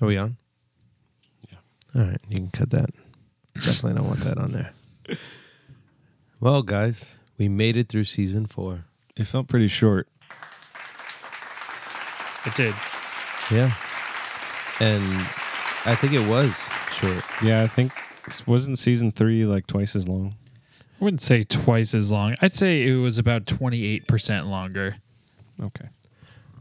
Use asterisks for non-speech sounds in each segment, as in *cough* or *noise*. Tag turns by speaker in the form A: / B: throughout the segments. A: Are we on?
B: Yeah.
A: All right, you can cut that. Definitely don't want that on there. *laughs* Well, guys, we made it through season four.
B: It felt pretty short.
C: It did.
A: Yeah, and I think it was short.
B: Yeah, I think wasn't season three like twice as long.
C: I wouldn't say twice as long. I'd say it was about 28% longer.
B: Okay.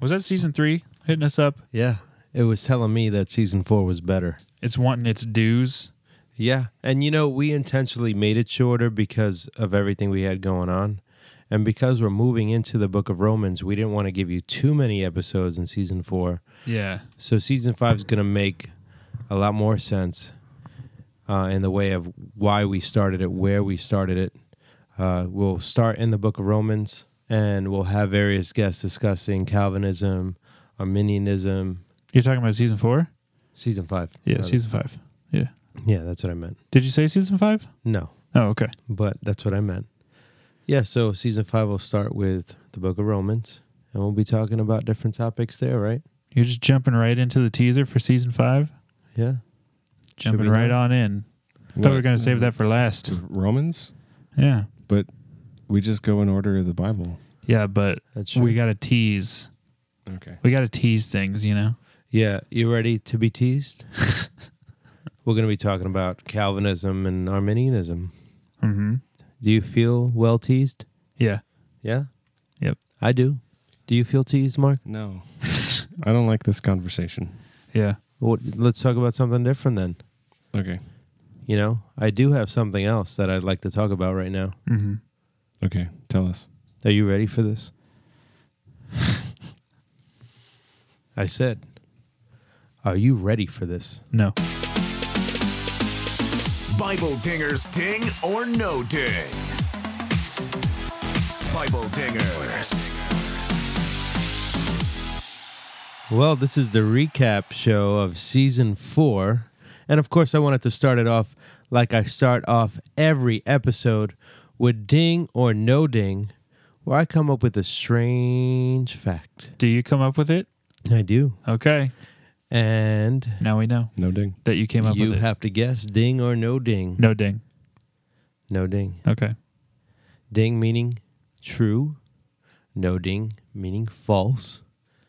C: Was that season three hitting us up?
A: Yeah, it was telling me that season four was better.
C: It's wanting its dues.
A: Yeah. And you know, we intentionally made it shorter because of everything we had going on. And because we're moving into the book of Romans, we didn't want to give you too many episodes in season four.
C: Yeah.
A: So season five is going to make a lot more sense uh, in the way of why we started it, where we started it. Uh, we'll start in the book of Romans and we'll have various guests discussing Calvinism, Arminianism,
D: You're talking about season four?
A: season five.
D: Yeah,
A: rather.
D: season five.
A: yeah, that's what I meant.
D: Did you say season five?
A: No.
D: Oh, okay.
A: but that's what I meant. Yeah, so season five will start with the book of Romans, and we'll be talking about different topics there, right?
D: You're just jumping right into the teaser for season five.
A: Yeah.
D: Jumping
A: we
D: right
A: not?
D: on in. Thought we were gonna save that for last.
C: Hmm.
B: Romans.
D: Yeah,
B: We just go in order of the Bible.
D: yeah, but
A: That's
D: we gotta tease.
B: Okay.
D: We gotta tease things, you know.
A: Yeah, you ready to be teased? *laughs* We're going to be talking about Calvinism and Arminianism.
D: Mm-hmm.
A: Do you feel well teased?
D: Yeah.
A: Yeah?
D: Yep.
A: I do. Do you feel teased, Mark?
B: *laughs* No, I don't like this conversation.
D: Yeah.
A: Well, let's talk about something different then.
B: Okay.
A: You know, I do have something else that I'd like to talk about right now.
D: Mm-hmm.
B: Okay. Tell us.
A: Are you ready for this? I said, Are you ready for this?
D: No.
E: Bible dingers ding or no ding. Bible dingers.
A: Well, this is the recap show of season four. And of course, I wanted to start it off like I start off every episode with ding or no ding, where I come up with a strange fact.
D: Do you come up with it?
A: I do.
D: Okay.
A: And
D: Now we know
B: No ding.
D: that you came up
A: you
D: with it.
A: have to guess ding or no ding.
D: no ding.
A: No ding.
D: Okay.
A: Ding meaning true, no ding meaning false.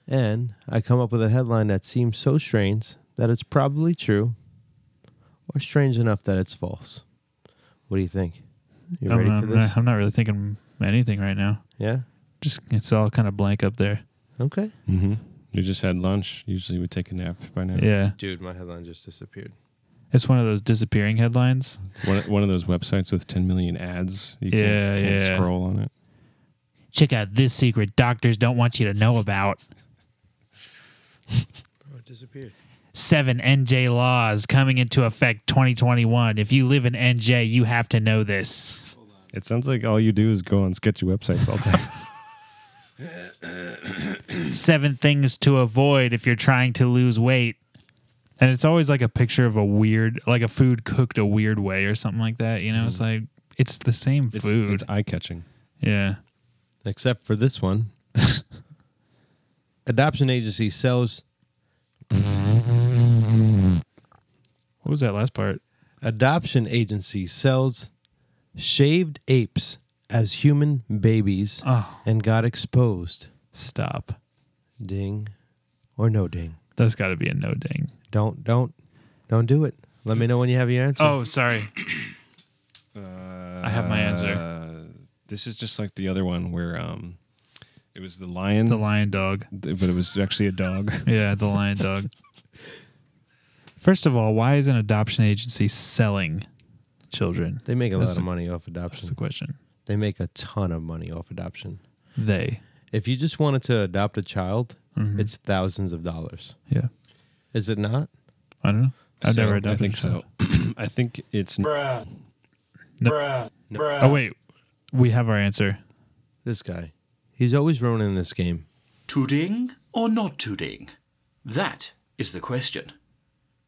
A: And I come up with a headline that seems so strange that it's probably true or strange enough that it's false. What do you think? You
D: I'm,
A: ready
D: I'm
A: for
D: not-
A: this?
D: I'm not really thinking anything right now.
A: Yeah?
D: Just it's all kind of blank up there.
A: Okay.
B: Mm-hmm. You just had lunch. Usually we take a nap by now.
D: Yeah.
A: Dude, my headline just disappeared.
D: It's one of those disappearing headlines.
B: One, one of those websites with 10 million ads. You
D: Yeah,
B: can't, can't
D: yeah.
B: scroll on it.
D: Check out this secret doctors don't want you to know about.
A: Oh, it disappeared.
D: Seven NJ laws coming into effect 2021. If you live in NJ, you have to know this.
B: It sounds like all you do is go on sketchy websites all day.
D: Seven things to avoid if you're trying to lose weight. And it's always like a picture of a weird, like a food cooked a weird way or something like that. You know,
A: Mm.
D: it's like, it's the same
B: *laughs* It's,
D: food.
B: it's eye catching.
D: yeah.
A: Except for this one. *laughs* Adoption agency sells
D: What was that last part?
A: adoption agency sells shaved apes as human babies
D: Oh,
A: and got exposed.
D: stop.
A: ding or no ding.
D: That's got to be a no ding.
A: Don't don't don't do it. Let me know when you have your answer.
D: Oh, sorry. I have my answer.
B: This is just like the other one where um, it was the lion,
D: The lion dog.
B: th- but it was actually a *laughs* dog.
D: Yeah, the lion dog. *laughs* First of all, why is an adoption agency selling children?
A: They make a
D: That's
A: lot of
D: a-
A: money off
D: That's the
A: adoption.
D: question.
A: They make a ton of money off adoption.
D: They.
A: If you just wanted to adopt a child,
D: Mhm.
A: it's thousands of dollars.
D: Yeah.
A: Is it not?
D: I don't know. I've
B: So,
D: never
B: I
D: adopted.
B: think
D: a child.
B: so. *clears throat* I think it's
D: Oh wait, we have our answer.
A: This guy. He's always ruining this game.
F: To ding or not to ding? That is the question.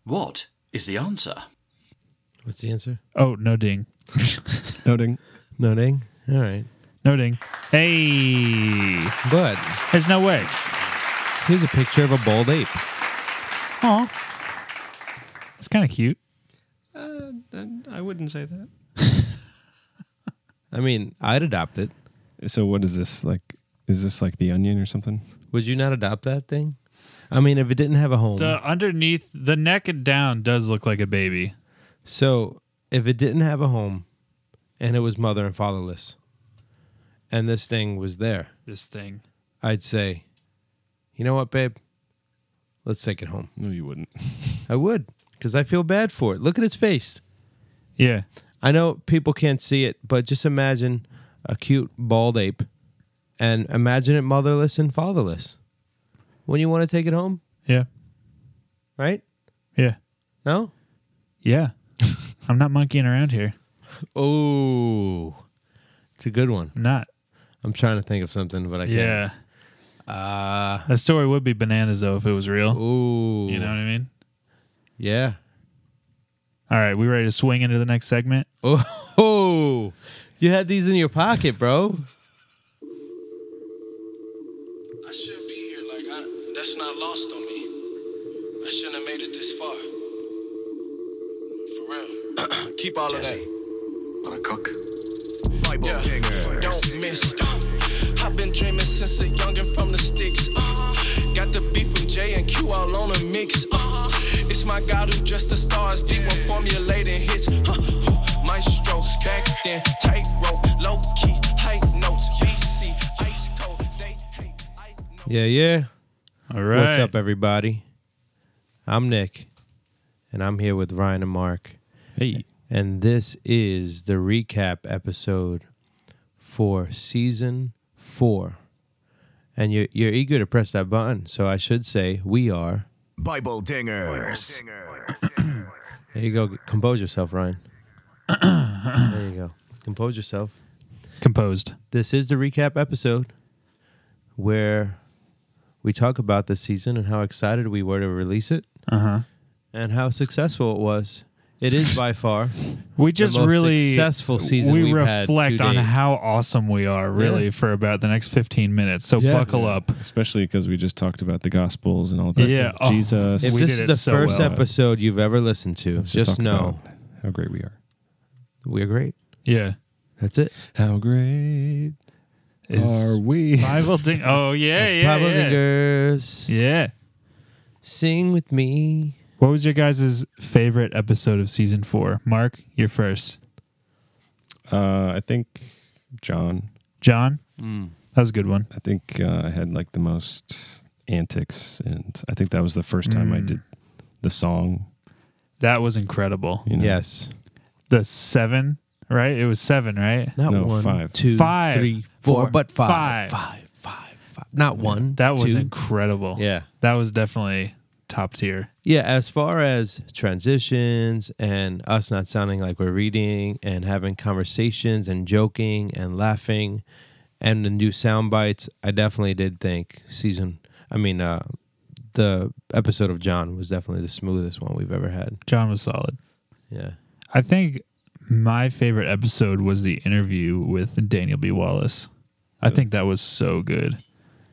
F: What is the answer?
A: What's the answer?
D: Oh no ding,
B: noting.
A: No ding. All right.
D: no ding. Hey,
A: But
D: There's no way.
A: here's a picture of a bald ape.
D: Aw. It's kind of cute.
B: Uh, then I wouldn't say that.
A: I mean, I'd adopt it.
B: So what is this like? Is this like the onion or something?
A: Would you not adopt that thing? I mean, if it didn't have a home.
D: The underneath, the neck and down does look like a baby.
A: So, if it didn't have a home and it was mother and fatherless, and this thing was there,
D: This thing.
A: I'd say, you know what, babe? Let's take it home.
B: No, you wouldn't.
A: I would, because I feel bad for it. Look at its face.
D: Yeah.
A: I know people can't see it, but just imagine a cute bald ape and imagine it motherless and fatherless. When you want to take it home,
D: Yeah.
A: right?
D: Yeah.
A: No?
D: *laughs* Yeah. I'm not monkeying around here.
A: Oh, it's a good one.
D: I'm not.
A: I'm trying to think of something, but I can't.
D: Yeah. Uh, that story would be bananas though if it was real.
A: Ooh.
D: You know what I mean?
A: Yeah.
D: All right, we ready to swing into the next segment?
A: Oh, you had these in your pocket, bro.
G: I shouldn't be here. Like, I, that's not lost on me. I shouldn't have made it this far. For real. *clears throat* Keep all of that.
E: Wanna cook?
G: Yeah. Don't miss. I've been dreaming since a youngin' from the sticks. Uh-huh. Got the beef from J and Q all on a mix. Uh-huh. It's my God who dressed the stars. Deep one formulating hits. Huh. Who? Maestro back then. Tightrope, low key, high notes. BC, ice cold. They hate. I know.
A: Yeah, yeah.
D: All right.
A: What's up, everybody? I'm Nick, and I'm here with Ryan and Mark.
B: Hey,
A: And this is the recap episode for season four. And you're, you're eager to press that button. So I should say, we are.
E: Bible dingers.
A: There you go. Compose yourself, Ryan. *coughs* there you go. Compose yourself.
D: Composed.
A: This is the recap episode where we talk about this season and how excited we were to release it
D: Uh-huh.
A: and how successful it was. It is by
D: *laughs*
A: far
D: We just
A: most
D: really
A: successful season
D: We
A: we've had to
D: reflect on
A: date.
D: how awesome we are, really,
A: Yeah.
D: for about the next fifteen minutes. So buckle up.
B: especially because we just talked about the Gospels and all that.
D: Yeah,
B: stuff.
D: oh.
B: Jesus.
A: If
D: We
A: this
D: did
A: is
D: it
A: the
D: so
A: first
D: well.
A: episode you've ever listened to,
B: Let's
A: just,
B: talk
A: know
B: about how great we are.
A: we're great.
D: Yeah.
A: That's it.
B: How great are
D: Is
B: we?
D: Bible ding
A: *laughs*
D: Oh yeah, yeah.
A: Pablo
D: yeah.
A: Dingers,
D: yeah.
A: sing with me.
D: What was your guys' favorite episode of season four? Mark, you're first.
B: Uh, I think John.
D: John?
A: Mm.
D: That was a good one.
B: I think uh, I had like the most antics, and I think that was the first time I did the song.
D: That was incredible.
B: You know?
A: Yes.
D: The seven, right? It was seven, right?
A: Not
B: No,
A: one,
B: five.
A: two,
D: Five,
A: three, four,
D: four,
A: but
D: five.
A: five. Five, five, five. Not one.
D: That was
A: two.
D: incredible.
A: Yeah.
D: That was definitely top tier.
A: Yeah, as far as transitions and us not sounding like we're reading and having conversations and joking and laughing and the new sound bites, I definitely did think season I mean uh the episode of John was definitely the smoothest one we've ever had.
D: John was solid.
A: Yeah.
D: I think my favorite episode was the interview with Daniel B. Wallace. I think that was so good.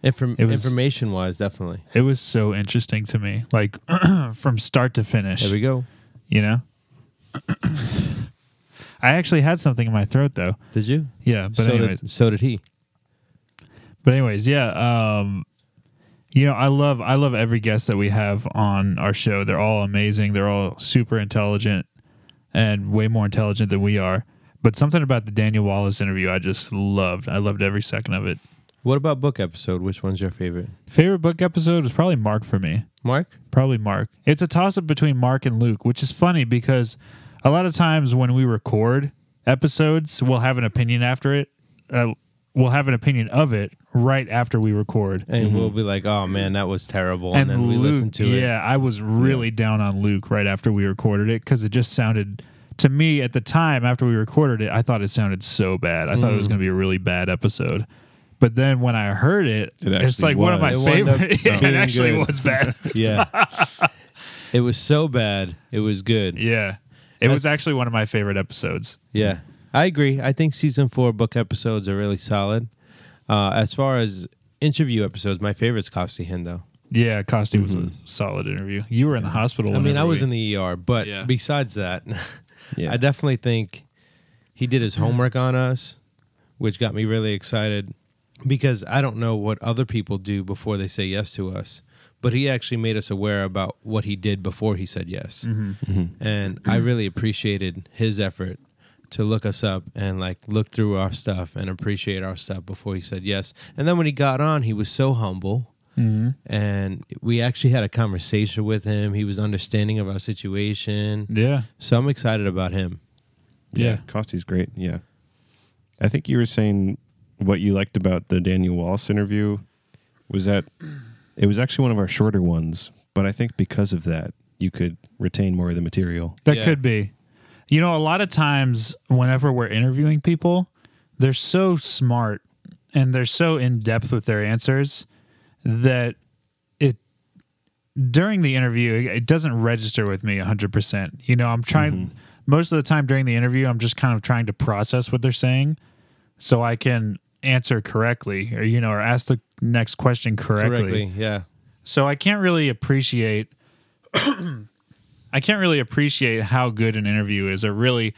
A: Inform-
D: It was-
A: information wise, definitely.
D: It was so interesting to me, like *clears throat* from start to finish.
A: There we go.
D: You know, *clears throat* I actually had something in my throat though.
A: Did you?
D: Yeah, but
A: so
D: anyways,
A: did so did he.
D: But anyways, yeah. Um, you know, I love I love every guest that we have on our show. They're all amazing. They're all super intelligent and way more intelligent than we are. But something about the Daniel Wallace interview, I just loved. I loved every second of it.
A: What about book episode? Which one's your favorite?
D: Favorite book episode was probably Mark for me.
A: Mark?
D: Probably Mark. It's a toss up between Mark and Luke, which is funny because a lot of times when we record episodes, we'll have an opinion after it. Uh, we'll have an opinion of it right after we record.
A: And we'll be like, Oh man, that was terrible and, then we
D: Mm-hmm. Luke,
A: listen to it.
D: Yeah, I was really down on Luke right after we recorded it because it just sounded to me at the time after we recorded it, I thought it sounded so bad. I thought
A: Mm.
D: it was going to be a really bad episode. But then when I heard it,
B: It
D: it's
B: actually
D: like one of my
B: was.
A: It wound up
D: favorite. *laughs* Yeah, it
A: being
D: actually
A: good. *laughs*
D: was bad.
A: Yeah.
D: *laughs*
A: it was so bad. It was good.
D: yeah. It was
A: That's-
D: actually one of my favorite episodes.
A: Yeah. I agree. I think season four book episodes are really solid. Uh, as far as interview episodes, my favorite's Costi Hendo.
D: Yeah, Costi was a solid interview. You were in the hospital.
A: Mm-hmm. I mean, I was in the ER, but
D: Yeah.
A: besides that, *laughs*
B: Yeah.
A: I definitely think he did his homework on us, which got me really excited because I don't know what other people do before they say yes to us, but he actually made us aware about what he did before he said yes. And I really appreciated his effort to look us up and like look through our stuff and appreciate our stuff before he said yes. And then when he got on, he was so humble and we actually had a conversation with him. He was understanding of our situation.
D: Yeah,
A: So I'm excited about him.
D: yeah.
B: Costi's great. Yeah. I think you were saying what you liked about the Daniel Wallace interview was that it was actually one of our shorter ones, but I think because of that, you could retain more of the material.
D: That
A: Yeah.
D: could be. You know, a lot of times whenever we're interviewing people, they're so smart and they're so in depth with their answers that it during the interview it doesn't register with me 100%. You know, I'm trying most of the time during the interview I'm just kind of trying to process what they're saying so I can answer correctly or you know or ask the next question correctly.
A: Correctly. Yeah.
D: So I can't really appreciate *coughs* I can't really appreciate how good an interview is or really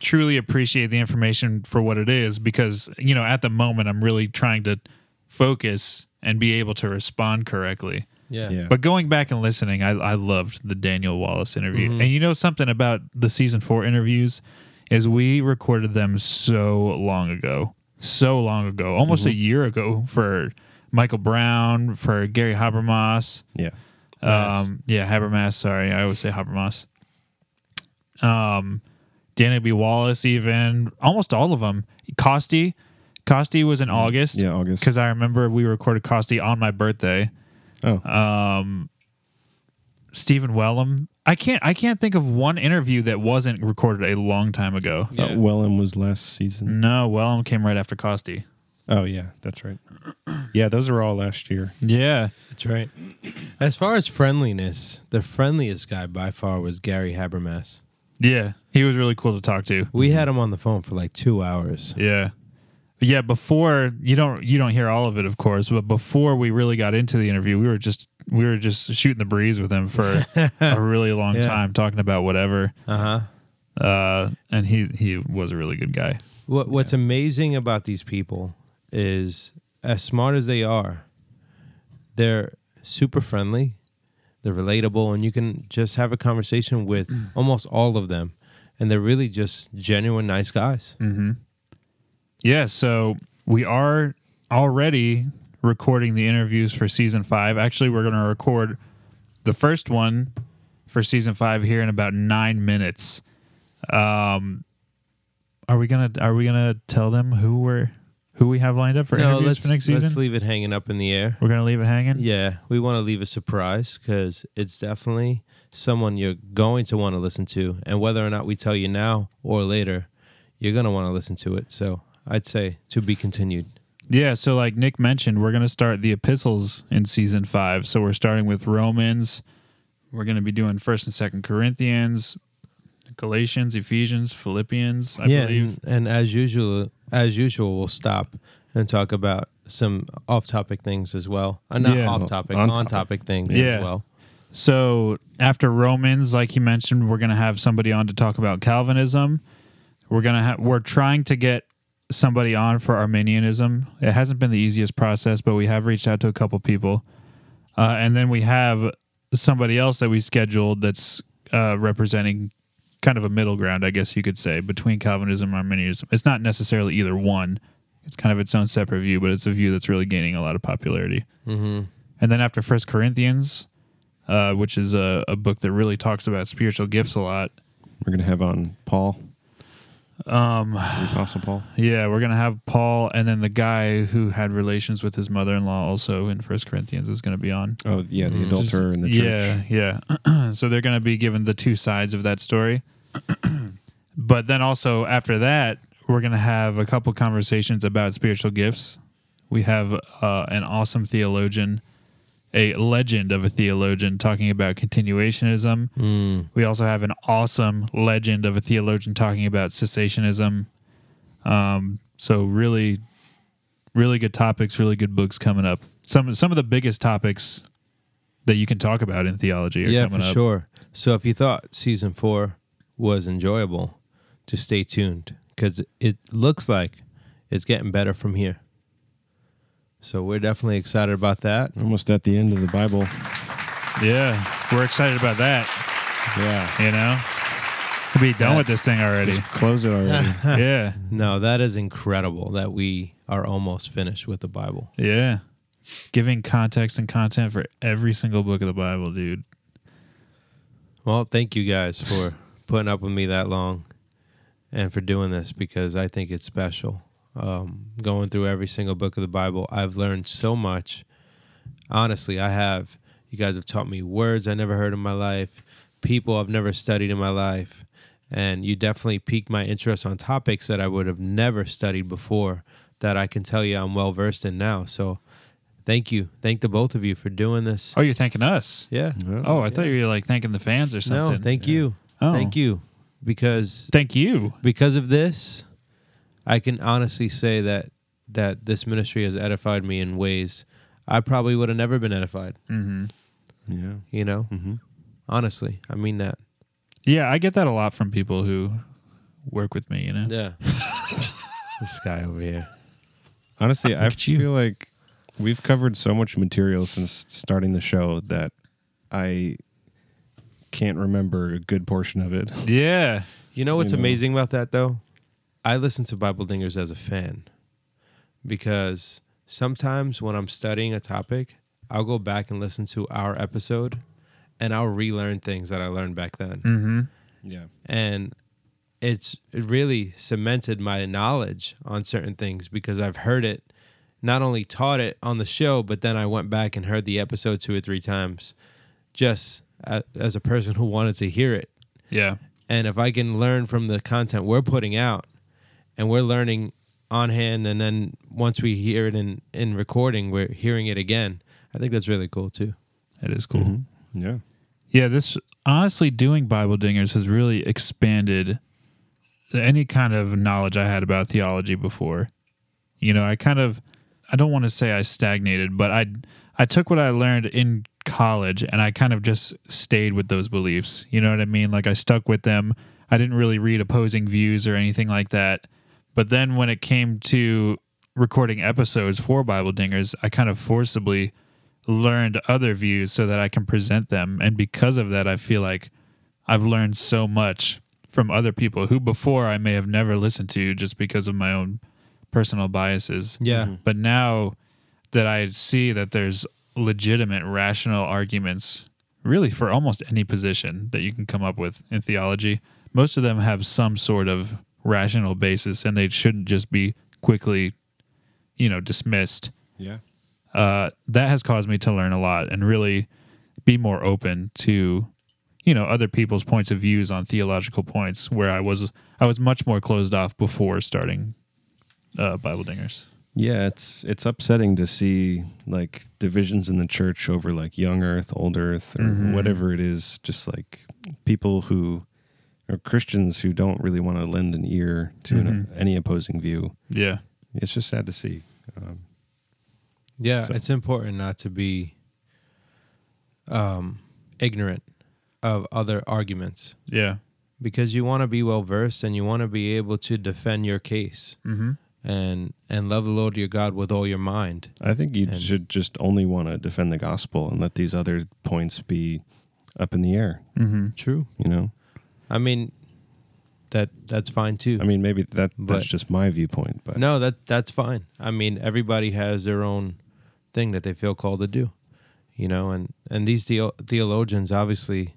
D: truly appreciate the information for what it is because you know at the moment I'm really trying to focus and be able to respond correctly.
A: Yeah.
B: Yeah.
D: But going back and listening, I, I loved the Daniel Wallace interview.
B: Mm-hmm.
D: And you know something about the season four interviews is we recorded them so long ago, so long ago, almost
B: Mm-hmm.
D: a year ago for Michael Brown, for Gary Habermas.
B: Yeah.
D: Um, yeah, Habermas. Sorry, I always say Habermas. Um, Danny B. Wallace, even almost all of them. Costi, Costi was in August.
B: Mm-hmm. Yeah, August.
D: Because I remember we recorded Costi on my birthday.
B: Oh.
D: Stephen Wellum. I can't. I can't think of one interview that wasn't recorded a long time ago.
B: I thought Wellham was last season.
D: No, Wellum came right after Costi.
B: Oh yeah, that's right. Yeah, those were all last year.
D: Yeah,
A: That's right. As far as friendliness, the friendliest guy by far was Gary Habermas.
D: yeah. He was really cool to talk to.
A: We had him on the phone for like two hours.
D: Yeah. Yeah, before you don't you don't hear all of it, of course, but before we really got into the interview, we were just we were just shooting the breeze with him for a really long
A: Yeah.
D: time, talking about whatever.
A: Uh huh.
D: Uh, and he he was a really good guy.
A: What What's amazing about these people is, as smart as they are, they're super friendly, they're relatable, and you can just have a conversation with
D: *clears throat*
A: almost all of them, and they're really just genuine nice guys.
D: Mm. Yeah, so we are already recording the interviews for season five. Actually, we're going to record the first one for season five here in about nine minutes. Um, are we gonna Are we gonna tell them who we're who we have lined up for
A: No,
D: interviews
A: let's
D: for next
A: let's
D: season?
A: leave it hanging up in the air.
D: we're gonna leave it hanging.
A: Yeah, we want to leave a surprise because it's definitely someone you're going to want to listen to. And whether or not we tell you now or later, you're going to want to listen to it. So I'd say to be continued.
D: Yeah, so like Nick mentioned, we're going to start the epistles in season 5. So we're starting with Romans. We're going to be doing 1st and 2nd Corinthians, Galatians, Ephesians, Philippians, I
A: yeah,
D: believe.
A: and, and as usual, as usual, we'll stop and talk about some off-topic things as well. Uh, not
D: Yeah.
A: off-topic,
B: On
A: on
B: topic.
A: topic things
D: Yeah.
A: as well.
D: So after Romans, like you mentioned, we're going to have somebody on to talk about Calvinism. We're going to ha- we're trying to get somebody on for Arminianism. It hasn't been the easiest process, but we have reached out to a couple people. Uh, and then we have somebody else that we scheduled that's uh, representing kind of a middle ground, I guess you could say, between Calvinism and Arminianism. It's not necessarily either one. It's kind of its own separate view, but it's a view that's really gaining a lot of popularity. Mm-hmm. And then after First Corinthians, uh, which is a, a book that really talks about spiritual gifts a lot.
B: We're gonna have on Paul. Um Apostle Paul.
D: Yeah, we're gonna have Paul, and then the guy who had relations with his mother-in-law also in First Corinthians is gonna be on.
B: Oh yeah, the adulterer in the church.
D: Yeah, yeah. *clears throat* so they're gonna be given the two sides of that story. *clears throat* but then also after that, we're gonna have a couple conversations about spiritual gifts. We have uh, an awesome theologian, a legend of a theologian, talking about continuationism.
B: Hmm.
D: We also have an awesome legend of a theologian talking about cessationism. Um, so really, really good topics, really good books coming up. Some some of the biggest topics that you can talk about in theology are
A: yeah,
D: coming
A: for
D: up.
A: sure. So if you thought season four was enjoyable, just stay tuned because it looks like it's getting better from here. So we're definitely excited about that.
B: Almost at the end of the Bible.
D: Yeah, we're excited about that.
B: Yeah.
D: You know, We'll be done with this thing already.
A: *laughs*
B: Close it already.
D: yeah,
A: No, that is incredible that we are almost finished with the Bible.
D: yeah. Giving context and content for every single book of the Bible, dude.
A: Well, thank you guys for putting up with me that long and for doing this because I think it's special. Um, going through every single book of the Bible, I've learned so much. Honestly, I have. You guys have taught me words I never heard in my life, people I've never studied in my life, and you definitely piqued my interest on topics that I would have never studied before that I can tell you I'm well versed in now. So, thank you. Thank the both of you for doing this.
D: Oh, you're thanking us?
A: Yeah.
D: Oh, I thought you were like thanking the fans or something.
A: No, thank you.
D: Oh.
A: Thank you. Because
D: Thank you.
A: because of this, I can honestly say that that this ministry has edified me in ways I probably would have never been edified.
B: yeah.
A: You know, honestly, I mean that.
D: Yeah, I get that a lot from people who work with me. You know.
A: Yeah. *laughs* this guy over here.
B: Honestly, I feel like we've covered so much material since starting the show that I can't remember a good portion of it.
D: Yeah.
A: You know what's
B: You know.
A: amazing about that though? I listen to Bible Dingers as a fan because sometimes when I'm studying a topic, I'll go back and listen to our episode and I'll relearn things that I learned back then.
B: *laughs* Mm. Yeah.
A: and it's it really cemented my knowledge on certain things because I've heard it not only taught it on the show but then I went back and heard the episode two or three times just a- as a person who wanted to hear it
D: Yeah.
A: and if I can learn from the content we're putting out and we're learning on hand and then once we hear it in in recording we're hearing it again I think that's really cool too
D: It is cool.
B: Yeah.
D: Yeah, this honestly doing Bible dingers has really expanded any kind of knowledge I had about theology before. You know, I kind of I don't want to say I stagnated, but I I took what I learned in college and I kind of just stayed with those beliefs. You know what I mean? Like I stuck with them. I didn't really read opposing views or anything like that. But then when it came to recording episodes for Bible dingers, I kind of forcibly learned other views so that I can present them. And because of that, I feel like I've learned so much from other people who before I may have never listened to just because of my own personal biases.
A: Yeah. Mhm.
D: But now that I see that there's legitimate, rational arguments really for almost any position that you can come up with in theology, most of them have some sort of rational basis and they shouldn't just be quickly, you know, dismissed
B: Yeah.
D: uh, that has caused me to learn a lot and really be more open to you know other people's points of views on theological points where i was i was much more closed off before starting uh, bible dingers
B: Yeah, it's it's upsetting to see like divisions in the church over like young earth, old earth, or whatever it is, just like people who are Christians who don't really want to lend an ear to an, any opposing view.
D: yeah
B: It's just sad to see.
A: Yeah, it's important not to be um, ignorant of other arguments
D: yeah
A: because you want to be well versed and you want to be able to defend your case
D: mm-hmm.
A: and and love the Lord your God with all your mind.
B: I think you
A: And-
B: should just only want to defend the gospel and let these other points be up in the air,
D: Mm-hmm.
A: True.
B: you know?
A: I mean, that that's fine too.
B: I mean, maybe that
A: But-
B: that's just my viewpoint, but
A: no, that that's fine. I mean, everybody has their own thing that they feel called to do, you know. And and these theo- theologians obviously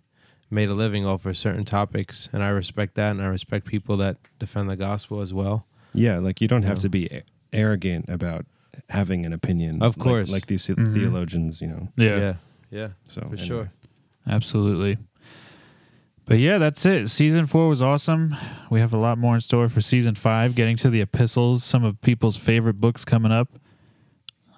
A: made a living off of certain topics, and I respect that, and I respect people that defend the gospel as well.
B: Yeah, like you don't have to be a- arrogant about having an opinion.
A: Of
B: like-
A: course.
B: like, these the- theologians, you know.
D: yeah
A: yeah, yeah,
B: So
A: for
B: anyway.
A: sure.
D: absolutely but yeah that's it season four was awesome we have a lot more in store for season five getting to the epistles some of people's favorite books coming up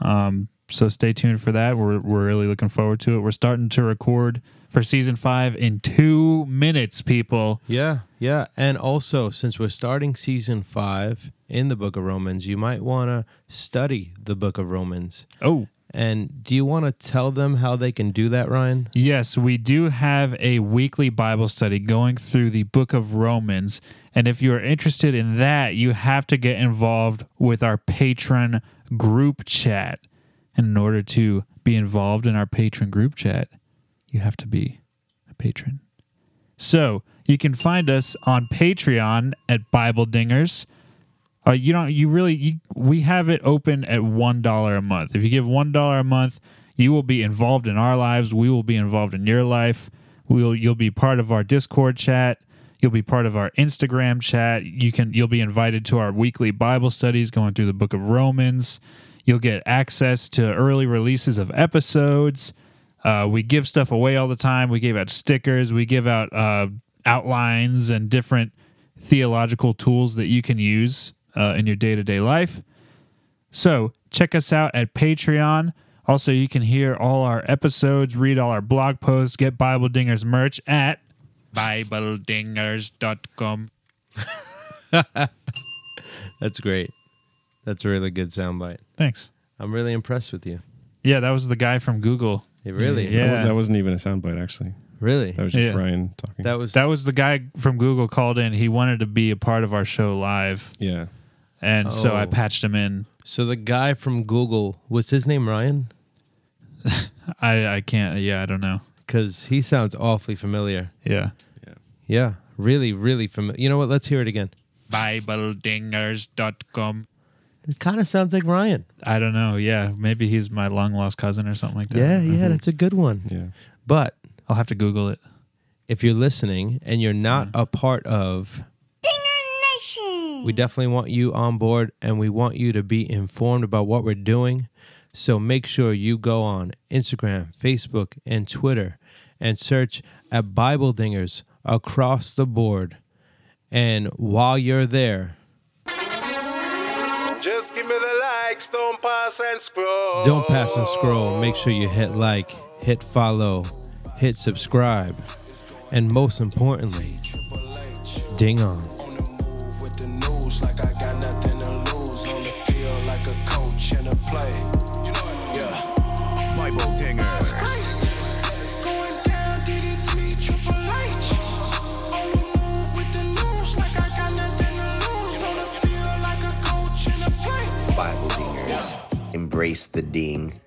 D: um So stay tuned for that. We're we're really looking forward to it. We're starting to record for season five in two minutes, people.
A: Yeah, yeah. And also, since we're starting season five in the book of Romans, you might want to study the book of Romans.
D: Oh.
A: And do you want to tell them how they can do that, Ryan?
D: Yes, we do have a weekly Bible study going through the book of Romans. And if you're interested in that, you have to get involved with our patron group chat. And in order to be involved in our patron group chat, you have to be a patron. So you can find us on Patreon at Bible Dingers. Uh, you don't. You really. You, we have it open at one dollar a month. If you give one dollar a month, you will be involved in our lives. We will be involved in your life. We'll. You'll be part of our Discord chat. You'll be part of our Instagram chat. You can. You'll be invited to our weekly Bible studies, going through the Book of Romans. You'll get access to early releases of episodes. Uh, we give stuff away all the time. We give out stickers. We give out uh, outlines and different theological tools that you can use uh, in your day to day life. So check us out at Patreon. Also, you can hear all our episodes, read all our blog posts, get Bible Dingers merch at BibleDingers.com.
A: That's great. That's a really good soundbite.
D: Thanks.
A: I'm really impressed with you.
D: Yeah, that was the guy from Google.
A: It really,
D: Yeah.
B: That wasn't even a soundbite, actually.
A: really.
B: That was just
D: Yeah.
B: Ryan talking.
A: That was
D: That was the guy from Google called in. He wanted to be a part of our show live.
B: yeah.
D: And so I
A: Oh.
D: patched him in.
A: so. The guy from Google was his name Ryan
D: I, I can't, yeah, I don't know.
A: because he sounds awfully familiar.
D: Yeah.
A: Yeah, really, really familiar. You know what? Let's hear it again.
D: BibleDingers.com.
A: It kind of sounds like Ryan.
D: I don't know. Yeah. Maybe he's my long lost cousin or something like that.
A: Yeah, yeah, that's a good one.
B: Yeah.
A: But
D: I'll have to Google it.
A: if you're listening and you're not a part of we definitely want you on board and we want you to be informed about what we're doing so make sure you go on instagram facebook and twitter and search at bible dingers across the board and while you're there
G: Just give me the likes, don't pass and scroll.
A: don't pass and scroll make sure you hit like hit follow hit subscribe and most importantly
G: Triple H
A: ding on
G: on the move with the news like I got nothing to lose. On the field like a coach and a play. You know it. Yeah.
E: Bible dingers.
G: Going down, DDT, Triple H. On the move with the news like I got nothing to lose. On the field like a coach and a play.
H: Bible dingers. Embrace the ding.